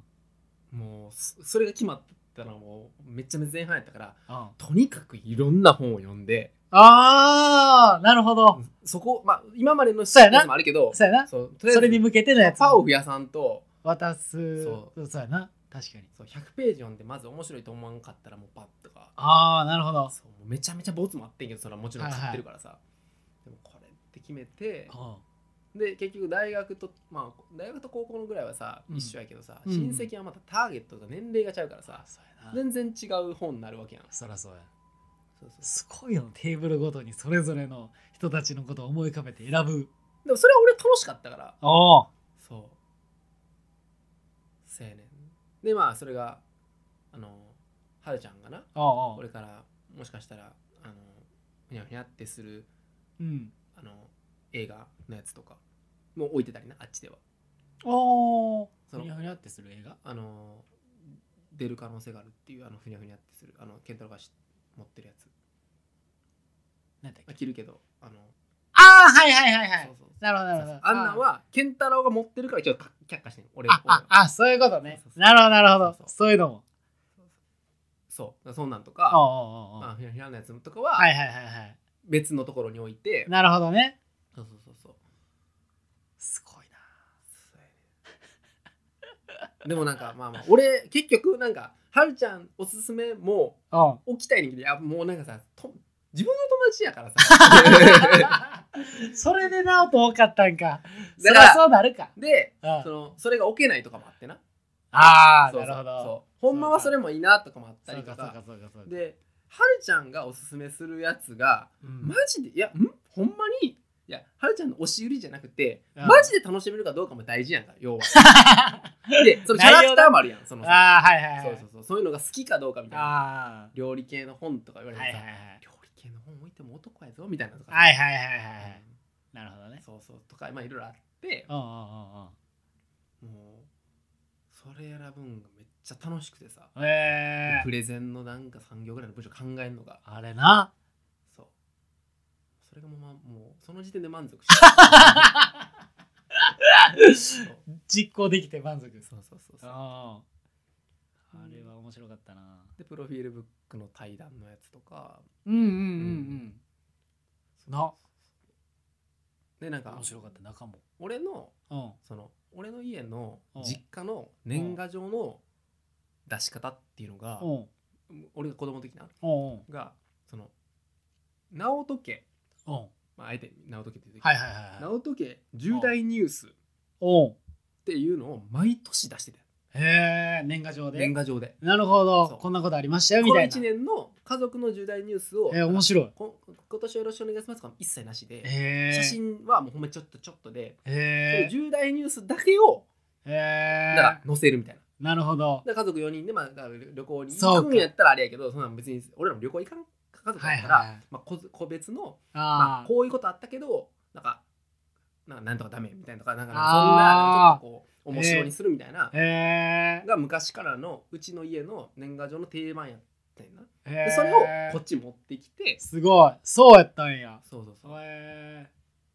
Speaker 1: もうそそれが決まったのはもうめっちゃめちゃ前半やったからとにかくいろんな本を読んで
Speaker 2: あー、なるほど。
Speaker 1: そこまあ今までの
Speaker 2: そうやな
Speaker 1: もあるけど
Speaker 2: そうやな。
Speaker 1: そうとりあえず
Speaker 2: それに向けてのやつ。
Speaker 1: パを増やさんと
Speaker 2: 渡す。
Speaker 1: そ
Speaker 2: そうやな。確かに。
Speaker 1: そう100ページ読んでまず面白いと思わんかったらもうパッとか
Speaker 2: あー、なるほど。
Speaker 1: そうもうめちゃめちゃボツもあってんけどそれはもちろん買ってるからさ、でもこれって決めて
Speaker 2: おう
Speaker 1: で結局大学とまあ大学と高校のぐらいはさ、
Speaker 2: うん
Speaker 1: 一緒やけどさ、
Speaker 2: うん
Speaker 1: 親戚はまたターゲットが年齢がちゃうからさ、
Speaker 2: そうやな。
Speaker 1: 全然違う本になるわけやん
Speaker 2: そらそうや。
Speaker 1: そうそう
Speaker 2: すごいよテーブルごとにそれぞれの人たちのことを思い浮かべて選ぶ
Speaker 1: でもそれは俺楽しかったから
Speaker 2: おお
Speaker 1: そうせやねんでまあそれがあのはるちゃんがな
Speaker 2: お
Speaker 1: これからもしかしたらあのふにゃふにゃってする
Speaker 2: うん
Speaker 1: あの映画のやつとかも置いてたりなあっちでは
Speaker 2: おお
Speaker 1: そ
Speaker 2: ふ
Speaker 1: の
Speaker 2: にゃふにゃってする映画
Speaker 1: あの出る可能性があるっていうあのふにゃふにゃってするあのケンタロウがし持ってるやつ
Speaker 2: なんだっ
Speaker 1: あ
Speaker 2: け
Speaker 1: 着るけどあの、
Speaker 2: ああはいはいはいは
Speaker 1: そうそうそう
Speaker 2: なるほどなるほ
Speaker 1: そう
Speaker 2: ど
Speaker 1: そうあんなんはケンタロウが持ってるから一応か却下してん俺
Speaker 2: ああ
Speaker 1: 俺は
Speaker 2: あそういうこと
Speaker 1: そ
Speaker 2: ね
Speaker 1: うそうそう
Speaker 2: なるほどなるほど
Speaker 1: そうそう
Speaker 2: そういうのも
Speaker 1: そうだからそんなんと
Speaker 2: おう
Speaker 1: か
Speaker 2: おうおうおう
Speaker 1: まあ
Speaker 2: は
Speaker 1: ふにゃふにゃのやつとかはい
Speaker 2: はいはいはい
Speaker 1: 別のところに置いて
Speaker 2: なるほどね
Speaker 1: そうそうそうそう
Speaker 2: すごいな
Speaker 1: そうやねでもなんかまあ まあ俺結局なんかはるちゃんおすすめも
Speaker 2: おう
Speaker 1: 起きたいに来ていやもうなんかさと自分の友達やから さ
Speaker 2: それでなおと多かったんかそ
Speaker 1: だ
Speaker 2: り
Speaker 1: か
Speaker 2: ゃ
Speaker 1: ら
Speaker 2: そうなるか
Speaker 1: で
Speaker 2: うん
Speaker 1: そのそれが置けないとかもあってな
Speaker 2: ああ
Speaker 1: そう
Speaker 2: な
Speaker 1: そう
Speaker 2: るほど
Speaker 1: そうほんまはそれもいいなとかもあった
Speaker 2: そ
Speaker 1: り
Speaker 2: う
Speaker 1: と
Speaker 2: かそう
Speaker 1: か
Speaker 2: かそうかそうか
Speaker 1: ではるちゃんがおすすめするやつが
Speaker 2: うん
Speaker 1: マジでいやんほんまにいやはるちゃんの押し売りじゃなくて
Speaker 2: うん
Speaker 1: マジで楽しめるかどうかも大事やんか 要はでそのキャラクターもあるやんそのさ
Speaker 2: ああはいはいはい
Speaker 1: そうそうそうそういうのが好きかどうかみたいな
Speaker 2: あ
Speaker 1: 料理系の本とか言わ
Speaker 2: あ
Speaker 1: れ
Speaker 2: はい
Speaker 1: て
Speaker 2: は
Speaker 1: さ
Speaker 2: いはい
Speaker 1: 料理系の本置いても男やぞみたいなとかさ
Speaker 2: はいはいはいはいはい。なるほど
Speaker 1: うん
Speaker 2: ね。
Speaker 1: そうそうとかまあいろいろあって
Speaker 2: うんうんうん
Speaker 1: もうそれ選ぶんがめっちゃ楽しくてさ
Speaker 2: うん。え
Speaker 1: プレゼンのなんか3行ぐらいの文章考えるのが
Speaker 2: ー、あれな。
Speaker 1: そうそれがもう,、ま、もうその時点で満足して そう
Speaker 2: 実行できて満足です。
Speaker 1: そうそうそうそう
Speaker 2: ああ。あれは面白かったな。
Speaker 1: でプロフィールブックの対談のやつとか
Speaker 2: うんうんうんうんな
Speaker 1: でなんか
Speaker 2: 面白かった中も
Speaker 1: 俺の
Speaker 2: うん
Speaker 1: その俺の家の
Speaker 2: うん
Speaker 1: 実家の年賀状の出し方っていうのが
Speaker 2: うん
Speaker 1: 俺が子供の時な
Speaker 2: うんうん
Speaker 1: がその直人家、
Speaker 2: うんは
Speaker 1: まあ、あえて直人家って言う
Speaker 2: い
Speaker 1: て
Speaker 2: はいはいはい
Speaker 1: 直人家重大ニュースっ
Speaker 2: うん
Speaker 1: ていうのを毎年出してたよ
Speaker 2: へえ年賀状で
Speaker 1: 年賀状で
Speaker 2: なるほ
Speaker 1: そ
Speaker 2: ど
Speaker 1: う
Speaker 2: こんなことありましたよみ
Speaker 1: この
Speaker 2: た
Speaker 1: 1
Speaker 2: いな
Speaker 1: 年の家族の重大ニュースを
Speaker 2: えー面白い
Speaker 1: こ今年よろしくお願いしますとかも一切なしで
Speaker 2: へえ
Speaker 1: 写真はもうほんまにちょっとちょっとで
Speaker 2: へ
Speaker 1: 重大ニュースだけを
Speaker 2: えへ
Speaker 1: だ
Speaker 2: え
Speaker 1: から載せるみたいな。
Speaker 2: なるほど
Speaker 1: で家族4人で、まあ、だから旅行に
Speaker 2: そうか
Speaker 1: 行くんやったらあれやけどそんなん別に俺らも旅行行かん家族やったら、
Speaker 2: はいはいはい
Speaker 1: まあ、個個別の、ま
Speaker 2: あ
Speaker 1: あ、
Speaker 2: ー
Speaker 1: こういうことあったけどなんかなんかなんとかダメみたいなとかなんかそんな
Speaker 2: あー
Speaker 1: ちょっとこう面白にするみたいな、
Speaker 2: へえ
Speaker 1: が昔からのうちの家の年賀状の定番やったんやな
Speaker 2: へ
Speaker 1: で
Speaker 2: え
Speaker 1: それをこっち持ってきて
Speaker 2: すごいそうやったんや
Speaker 1: そうそうそうっ
Speaker 2: へ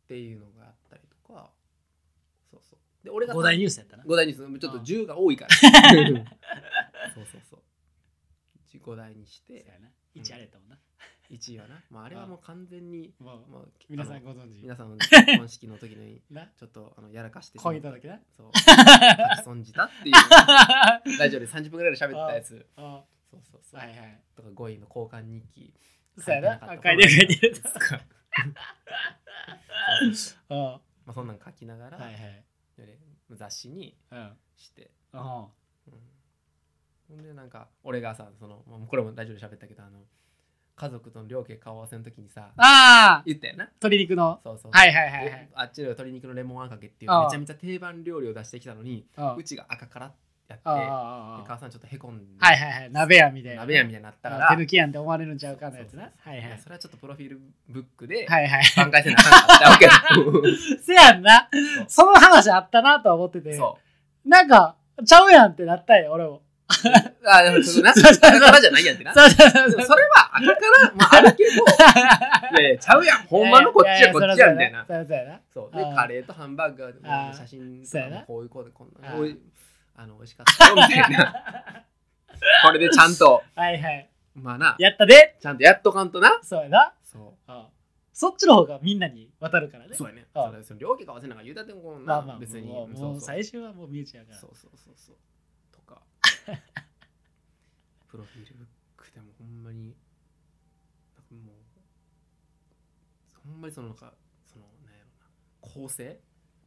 Speaker 1: ていうのがあったりとかそうそうで俺
Speaker 2: え
Speaker 1: が
Speaker 2: 五大ニュースやったな
Speaker 1: 五大ニュースちょっと10が多いから そうそうそう5大にし
Speaker 2: そう
Speaker 1: て
Speaker 2: やな一あれやったもんな
Speaker 1: 1位はな、まあ、あれはもう完全に、
Speaker 2: もう
Speaker 1: まあ、
Speaker 2: 皆さ
Speaker 1: あ
Speaker 2: ん
Speaker 1: の
Speaker 2: ご存知
Speaker 1: 皆さ んの結婚式の時に
Speaker 2: な
Speaker 1: ちょっとあのやらかして
Speaker 2: こいただけ な
Speaker 1: そう書き損じたって いう
Speaker 2: あ
Speaker 1: ラジオで30分ぐらいで喋ってたやつ
Speaker 2: ーは
Speaker 1: そうそう
Speaker 2: い
Speaker 1: そう、
Speaker 2: はい
Speaker 1: とか5位の交換日記
Speaker 2: そうやな
Speaker 1: 書
Speaker 2: 書
Speaker 1: い
Speaker 2: い
Speaker 1: て
Speaker 2: て
Speaker 1: な
Speaker 2: る
Speaker 1: か
Speaker 2: 書
Speaker 1: った
Speaker 2: いてる
Speaker 1: そうそうそう
Speaker 2: あーは
Speaker 1: まあ、そんなん書きなが
Speaker 2: い
Speaker 1: ら、
Speaker 2: はい
Speaker 1: で雑誌に
Speaker 2: うん
Speaker 1: して、
Speaker 2: うん
Speaker 1: うん、ほんでなんか俺がさその、まあ、これもラジオで喋ったけどあの家族との両家顔合わせの時にさ
Speaker 2: ああ
Speaker 1: 言ったよな
Speaker 2: 鶏肉の
Speaker 1: そうそう、
Speaker 2: はいはいはいは
Speaker 1: で
Speaker 2: い
Speaker 1: あっちの鶏肉のレモンあんかけっていう
Speaker 2: ああ
Speaker 1: めちゃめちゃ定番料理を出してきたのに
Speaker 2: うんあ
Speaker 1: うちが赤からやって
Speaker 2: あああ
Speaker 1: で
Speaker 2: ああ
Speaker 1: 母さんちょっとへこんで、
Speaker 2: はいはいはい鍋やみたいな
Speaker 1: 鍋やみ
Speaker 2: たい
Speaker 1: たいになったから
Speaker 2: 手抜きやんって思われるんちゃうかのやつな
Speaker 1: そうそうそう
Speaker 2: はいはい
Speaker 1: やそれはちょっとプロフィールブックで
Speaker 2: はいはい
Speaker 1: 挽回せなあかんかったわけ よ
Speaker 2: せやんな
Speaker 1: う
Speaker 2: その話あったなとは思ってて
Speaker 1: そ
Speaker 2: なんかちゃうやんってなったんや俺も
Speaker 1: うあでもそのな
Speaker 2: そうそうそう
Speaker 1: 赤からじゃないやんってな
Speaker 2: そうそうそう
Speaker 1: で
Speaker 2: そ
Speaker 1: も
Speaker 2: う
Speaker 1: それは赤からもある けどいやいやちゃうやんほんまのこっちやこっちやみたいな
Speaker 2: そうそうやな
Speaker 1: そうで
Speaker 2: あー
Speaker 1: カレーとハンバーガー
Speaker 2: あ
Speaker 1: の
Speaker 2: ー
Speaker 1: 写真と
Speaker 2: そう
Speaker 1: か
Speaker 2: や
Speaker 1: も
Speaker 2: な
Speaker 1: こういうこうこんな
Speaker 2: あー
Speaker 1: おいあの美味しかったよみたい なこれでちゃんと
Speaker 2: はいはい
Speaker 1: まあな
Speaker 2: やったで
Speaker 1: ちゃんとやっとかんとな
Speaker 2: そうやな
Speaker 1: そ
Speaker 2: うんそっちの方がみんなに渡るから
Speaker 1: う
Speaker 2: ね
Speaker 1: そうやね
Speaker 2: あー
Speaker 1: それその両家が合わせなんか言うたっても
Speaker 2: まあま
Speaker 1: な
Speaker 2: あ
Speaker 1: 別に
Speaker 2: も
Speaker 1: う
Speaker 2: う
Speaker 1: ん
Speaker 2: もう
Speaker 1: そうそう
Speaker 2: 最終はもうミュージアム
Speaker 1: そうそうそうそうと かプロフィールブックでもほんまになんかもうほんまにそのなんかそのなんやろな構成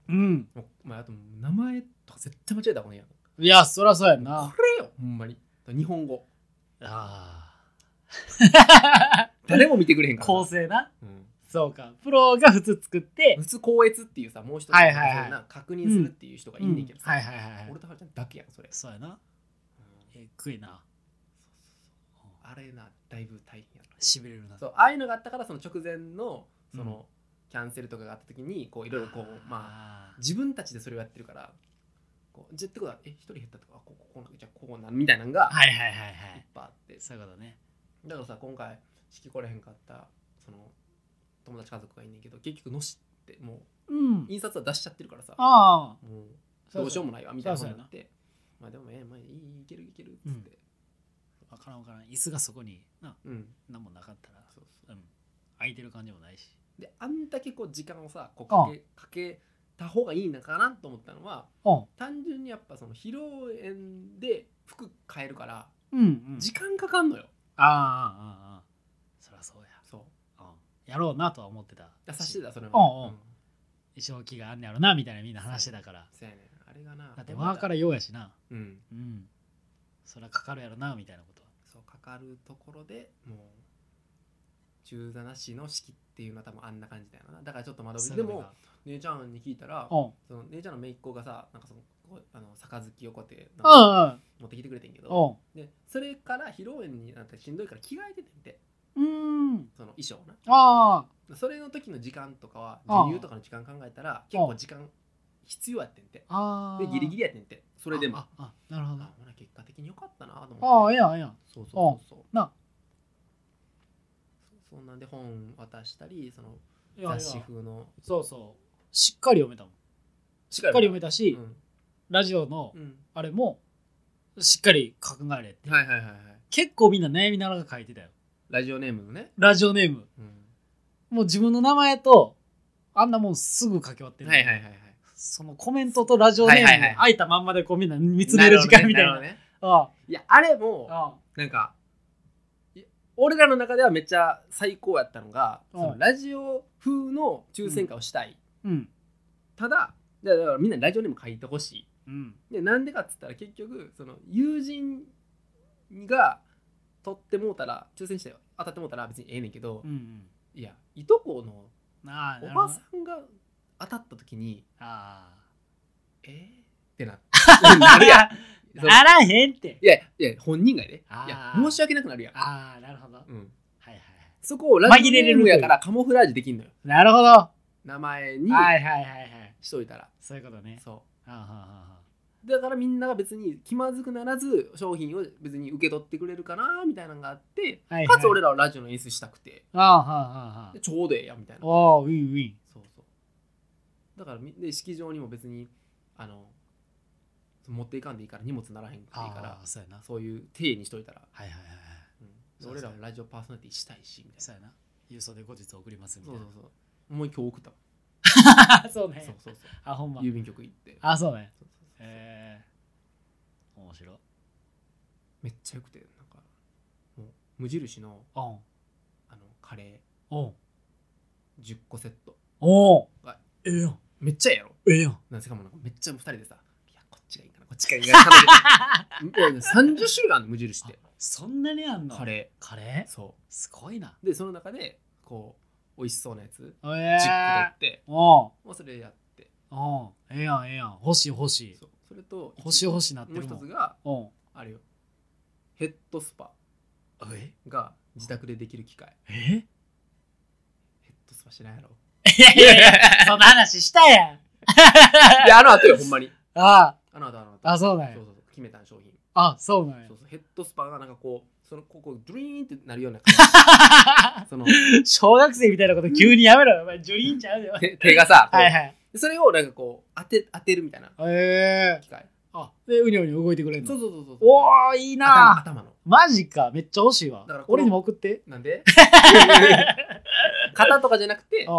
Speaker 2: うん
Speaker 1: もうまああと名前とか絶対間違えた方がいいやん
Speaker 2: いやそらそうやん
Speaker 1: こ
Speaker 2: な
Speaker 1: れよほんまに日本語
Speaker 2: あ
Speaker 1: 誰も見てくれへん から
Speaker 2: 構成な
Speaker 1: うん
Speaker 2: そうかプロが普通作って
Speaker 1: 普通光悦っていうさもう一つ
Speaker 2: はいはいはい
Speaker 1: そんな確認するっていう人がいんねんけどさ、
Speaker 2: はいはいはいはい
Speaker 1: 俺とはるちゃんだけやんそれ、
Speaker 2: そうやな
Speaker 1: うんそう
Speaker 2: えぐいな
Speaker 1: そうそうあれなだいぶ大変やな
Speaker 2: しびれるな
Speaker 1: そうああいうのがあったからその直前のその、キャンセルとかがあった時にこういろいろこうまあ
Speaker 2: あ
Speaker 1: 自分たちでそれをやってるからこうじゃってことはえ一人減ったとかあこうこうこうなんじゃあこうなんみたいなのが
Speaker 2: はいはいはいはい
Speaker 1: っ
Speaker 2: い
Speaker 1: ぱいあって
Speaker 2: そういうことね
Speaker 1: だからさ今回式来れへんかったその友達家族がいんねんけど結局のしっても
Speaker 2: うん
Speaker 1: う印刷は出しちゃってるからさ
Speaker 2: ああ
Speaker 1: もうどうしようもないわみたいなことになってまあでもええまあいいいけるいけるっつって
Speaker 2: わからんわからん椅子がそこにな
Speaker 1: うん、
Speaker 2: 何もなかったら
Speaker 1: そうそう
Speaker 2: うん空いてる感じもないし
Speaker 1: であんだけこう時間をさこうかけかけた方がいいのかなと思ったのは
Speaker 2: うん
Speaker 1: 単純にやっぱその披露宴で服買えるから
Speaker 2: うん
Speaker 1: 時間かかんのよ、
Speaker 2: ああああああそりゃそうや
Speaker 1: そう
Speaker 2: うんやろうなとは思ってた
Speaker 1: 出さしてたそれ
Speaker 2: うんう
Speaker 1: う
Speaker 2: ん
Speaker 1: ん
Speaker 2: 一生気があんねやろなみたいなみんな話してたから
Speaker 1: そうやねんあれがな
Speaker 2: だってワーからようやしな
Speaker 1: うん
Speaker 2: うんそりゃかかるやろなみたいなことは
Speaker 1: そうかかるところでもう中座なしの式っていうのは多分あんな感じだよなだからちょっと窓口でも姉ちゃんに聞いたら
Speaker 2: うん
Speaker 1: その姉ちゃんの姪っ子がさなんかそのこうあの杯をこうやって
Speaker 2: うんうん
Speaker 1: 持ってきてくれてんけど
Speaker 2: う
Speaker 1: でそれから披露宴になってしんどいから着替えててんて
Speaker 2: んうん
Speaker 1: その衣装をな
Speaker 2: あ
Speaker 1: それの時の時間とかは
Speaker 2: ああ
Speaker 1: 授乳とかの時間考えたら結構時間必要やってんて
Speaker 2: あああ
Speaker 1: でギリギリやってんてそれでも
Speaker 2: あ
Speaker 1: あ
Speaker 2: ああなるほど
Speaker 1: ほな結果的に良かったなと
Speaker 2: あ
Speaker 1: 思っ
Speaker 2: あ
Speaker 1: て
Speaker 2: ええやんええやん
Speaker 1: そうそうそうそう
Speaker 2: な
Speaker 1: そうそんなんで本渡したりその
Speaker 2: いやいや
Speaker 1: 雑誌風の
Speaker 2: そうそうしっかり読めたもん
Speaker 1: し
Speaker 2: しっかり読めたし、
Speaker 1: うん
Speaker 2: ラジオの
Speaker 1: うん
Speaker 2: あれもしっかり考えれって
Speaker 1: はいはいはいはい
Speaker 2: 結構みんな悩みながら書いてたよ。
Speaker 1: ラジオネームのね、
Speaker 2: ラジオネーム。
Speaker 1: うん、
Speaker 2: もう自分の名前と、あんなもんすぐ書き終わってる。
Speaker 1: はいはいはいはい
Speaker 2: そのコメントとラジオネーム
Speaker 1: はいはいはい
Speaker 2: が空いたまんまでこうみんな見つめる時間みたいな。
Speaker 1: るほどねるほどね
Speaker 2: あ
Speaker 1: いやあれも
Speaker 2: ああ
Speaker 1: なんかい俺らの中ではめっちゃ最高やったのが、
Speaker 2: うん
Speaker 1: そのラジオ風の抽選会をしたい、
Speaker 2: あうん。
Speaker 1: ただだからみんなにラジオネーム書いてほし
Speaker 2: うん。
Speaker 1: いでなんでかっつったら結局その友人が取ってもうたら抽選して当たってもうたら別にええねんけど、
Speaker 2: うん
Speaker 1: いやいとこの
Speaker 2: うん。ああ、
Speaker 1: お
Speaker 2: なる
Speaker 1: ば
Speaker 2: ほど
Speaker 1: さんが当たった時に
Speaker 2: あ
Speaker 1: 「えー、ってなな るやん
Speaker 2: あ。
Speaker 1: その
Speaker 2: ならへんって
Speaker 1: い。やいや本人がやで、いや
Speaker 2: あー
Speaker 1: 申し訳なくなるやん、
Speaker 2: ああ、なるほど。はい
Speaker 1: うん、
Speaker 2: はいはい。
Speaker 1: そこをラジオネームやからカモフラージュできんのよ
Speaker 2: なるほど。は
Speaker 1: 名前に
Speaker 2: いはいはいはい。
Speaker 1: しといたら、
Speaker 2: そういうことね。
Speaker 1: そ
Speaker 2: ああはあはあはあ
Speaker 1: うだからみんなが別に気まずくならず商品を別に受け取ってくれるかなみたいなのがあって、
Speaker 2: はいはい
Speaker 1: かつ俺らはラジオの演出したくて
Speaker 2: ああはあはあ
Speaker 1: でちょうどええやんみたいな
Speaker 2: ああウィンウィン
Speaker 1: そうそうだからみで式場にも別にあの持っていかんでいいから荷物ならへんからいいから
Speaker 2: ああそうやな
Speaker 1: そういう体にしといたら、
Speaker 2: はいはいはいはい
Speaker 1: うんで
Speaker 2: そうそう
Speaker 1: 俺らもラジオパーソナリティしたいしみたいな
Speaker 2: そうやな郵送で後日送りますみた
Speaker 1: そ
Speaker 2: いうな
Speaker 1: そうそうもう今日送ったもん
Speaker 2: あそうね
Speaker 1: そうそうそ
Speaker 2: あほんま
Speaker 1: う郵便局行って
Speaker 2: あそうね
Speaker 1: そうそうそう
Speaker 2: ええ面白い
Speaker 1: めっちゃよくてなんかもう無印の
Speaker 2: おん
Speaker 1: あのカレ
Speaker 2: おん
Speaker 1: ー10個セット
Speaker 2: おん
Speaker 1: はい
Speaker 2: ええやん
Speaker 1: めっちゃええやろ
Speaker 2: ええやん
Speaker 1: なんせかもなんかめっちゃ2人でさいやこっちがいいかなこっちがいいかな 30種類あるの無印って
Speaker 2: そんなにあんの
Speaker 1: カレ
Speaker 2: カレ
Speaker 1: ー
Speaker 2: ー
Speaker 1: そ
Speaker 2: すごいな
Speaker 1: うでその中でこう美味しそうなやつ10
Speaker 2: え
Speaker 1: 個
Speaker 2: え
Speaker 1: 取って
Speaker 2: おん
Speaker 1: もうそれやって
Speaker 2: おんええやんええやん欲しい欲しい
Speaker 1: そうそれと
Speaker 2: 欲しい欲しいなって
Speaker 1: もう
Speaker 2: る
Speaker 1: 一
Speaker 2: も
Speaker 1: つ
Speaker 2: ん
Speaker 1: が
Speaker 2: おん
Speaker 1: あれよヘッドスパ
Speaker 2: え
Speaker 1: が自宅でできる機械
Speaker 2: え
Speaker 1: ヘッドスパしないやろ
Speaker 2: いやいやその話したやん
Speaker 1: いやあの後よほんまに
Speaker 2: あ
Speaker 1: あの後あの後
Speaker 2: ああそうなんや
Speaker 1: そうそうそう決めたん商品
Speaker 2: あそうなんや
Speaker 1: そうそうヘッドスパがなんかこうそのここドゥリーンってなるような感 じその
Speaker 2: 小学生みたいなこと急にやめろよお前ジョリーンちゃ うよ
Speaker 1: 手手がさこう
Speaker 2: はいはい
Speaker 1: でそれをなんかこう当て当てるみたいな
Speaker 2: ええ
Speaker 1: 機械
Speaker 2: あでうにょうにょ動いてくれる
Speaker 1: そう
Speaker 2: の
Speaker 1: そうそうそう
Speaker 2: おおいい
Speaker 1: 頭
Speaker 2: な
Speaker 1: 頭の
Speaker 2: マジかめっちゃ欲しいわ
Speaker 1: だからこの
Speaker 2: 俺にも送って
Speaker 1: なんで型とかじゃなくて
Speaker 2: あ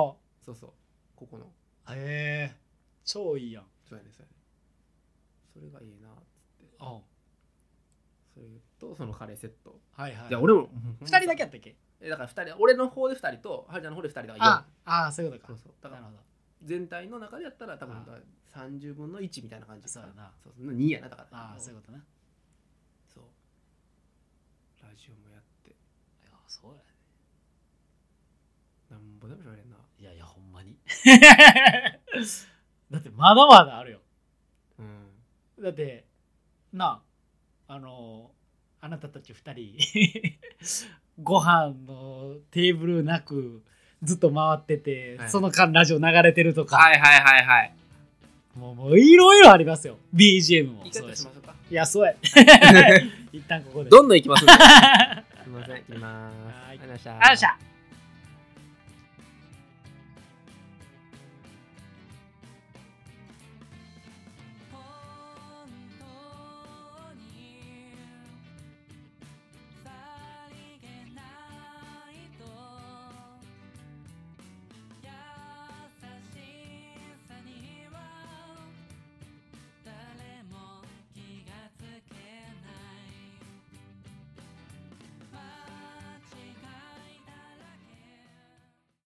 Speaker 1: そうそうここの
Speaker 2: へえ超いいやん
Speaker 1: そうやねそうやねそれがいいなっつって
Speaker 2: あ
Speaker 1: それとそのカレーセット
Speaker 2: はいはい
Speaker 1: いや俺も
Speaker 2: 二人だけやったっけ
Speaker 1: えだから二人俺の方で二人とはるちゃんの方で二人だから
Speaker 2: ああそういうこ
Speaker 1: 4
Speaker 2: と
Speaker 1: そう
Speaker 2: か
Speaker 1: そうだか
Speaker 2: な
Speaker 1: ら
Speaker 2: るほど
Speaker 1: 全体の中でやったら多分
Speaker 2: あ
Speaker 1: 30分の1みたいな感じ
Speaker 2: そうやな
Speaker 1: そうそう2やなだから
Speaker 2: ああそういうことな
Speaker 1: そうラジオもやって
Speaker 2: いやそうや
Speaker 1: なんぼでも喋れんない
Speaker 2: やいやほんまに だってまだまだあるよ
Speaker 1: うん
Speaker 2: だってなああのあなたたち2人 ご飯のテーブルなくずっと回ってて、
Speaker 1: はい
Speaker 2: その間ラジオ流れてるとか、
Speaker 1: いはいはいはい
Speaker 2: もうもういろいろありますよ BGM も
Speaker 1: いい
Speaker 2: そう
Speaker 1: 方
Speaker 2: や
Speaker 1: し
Speaker 2: し
Speaker 1: ましょ うか
Speaker 2: いやそうや一旦ここで
Speaker 1: どんどんいきますんですみません切ります
Speaker 2: はい
Speaker 1: ありがとうございました
Speaker 2: あっしゃ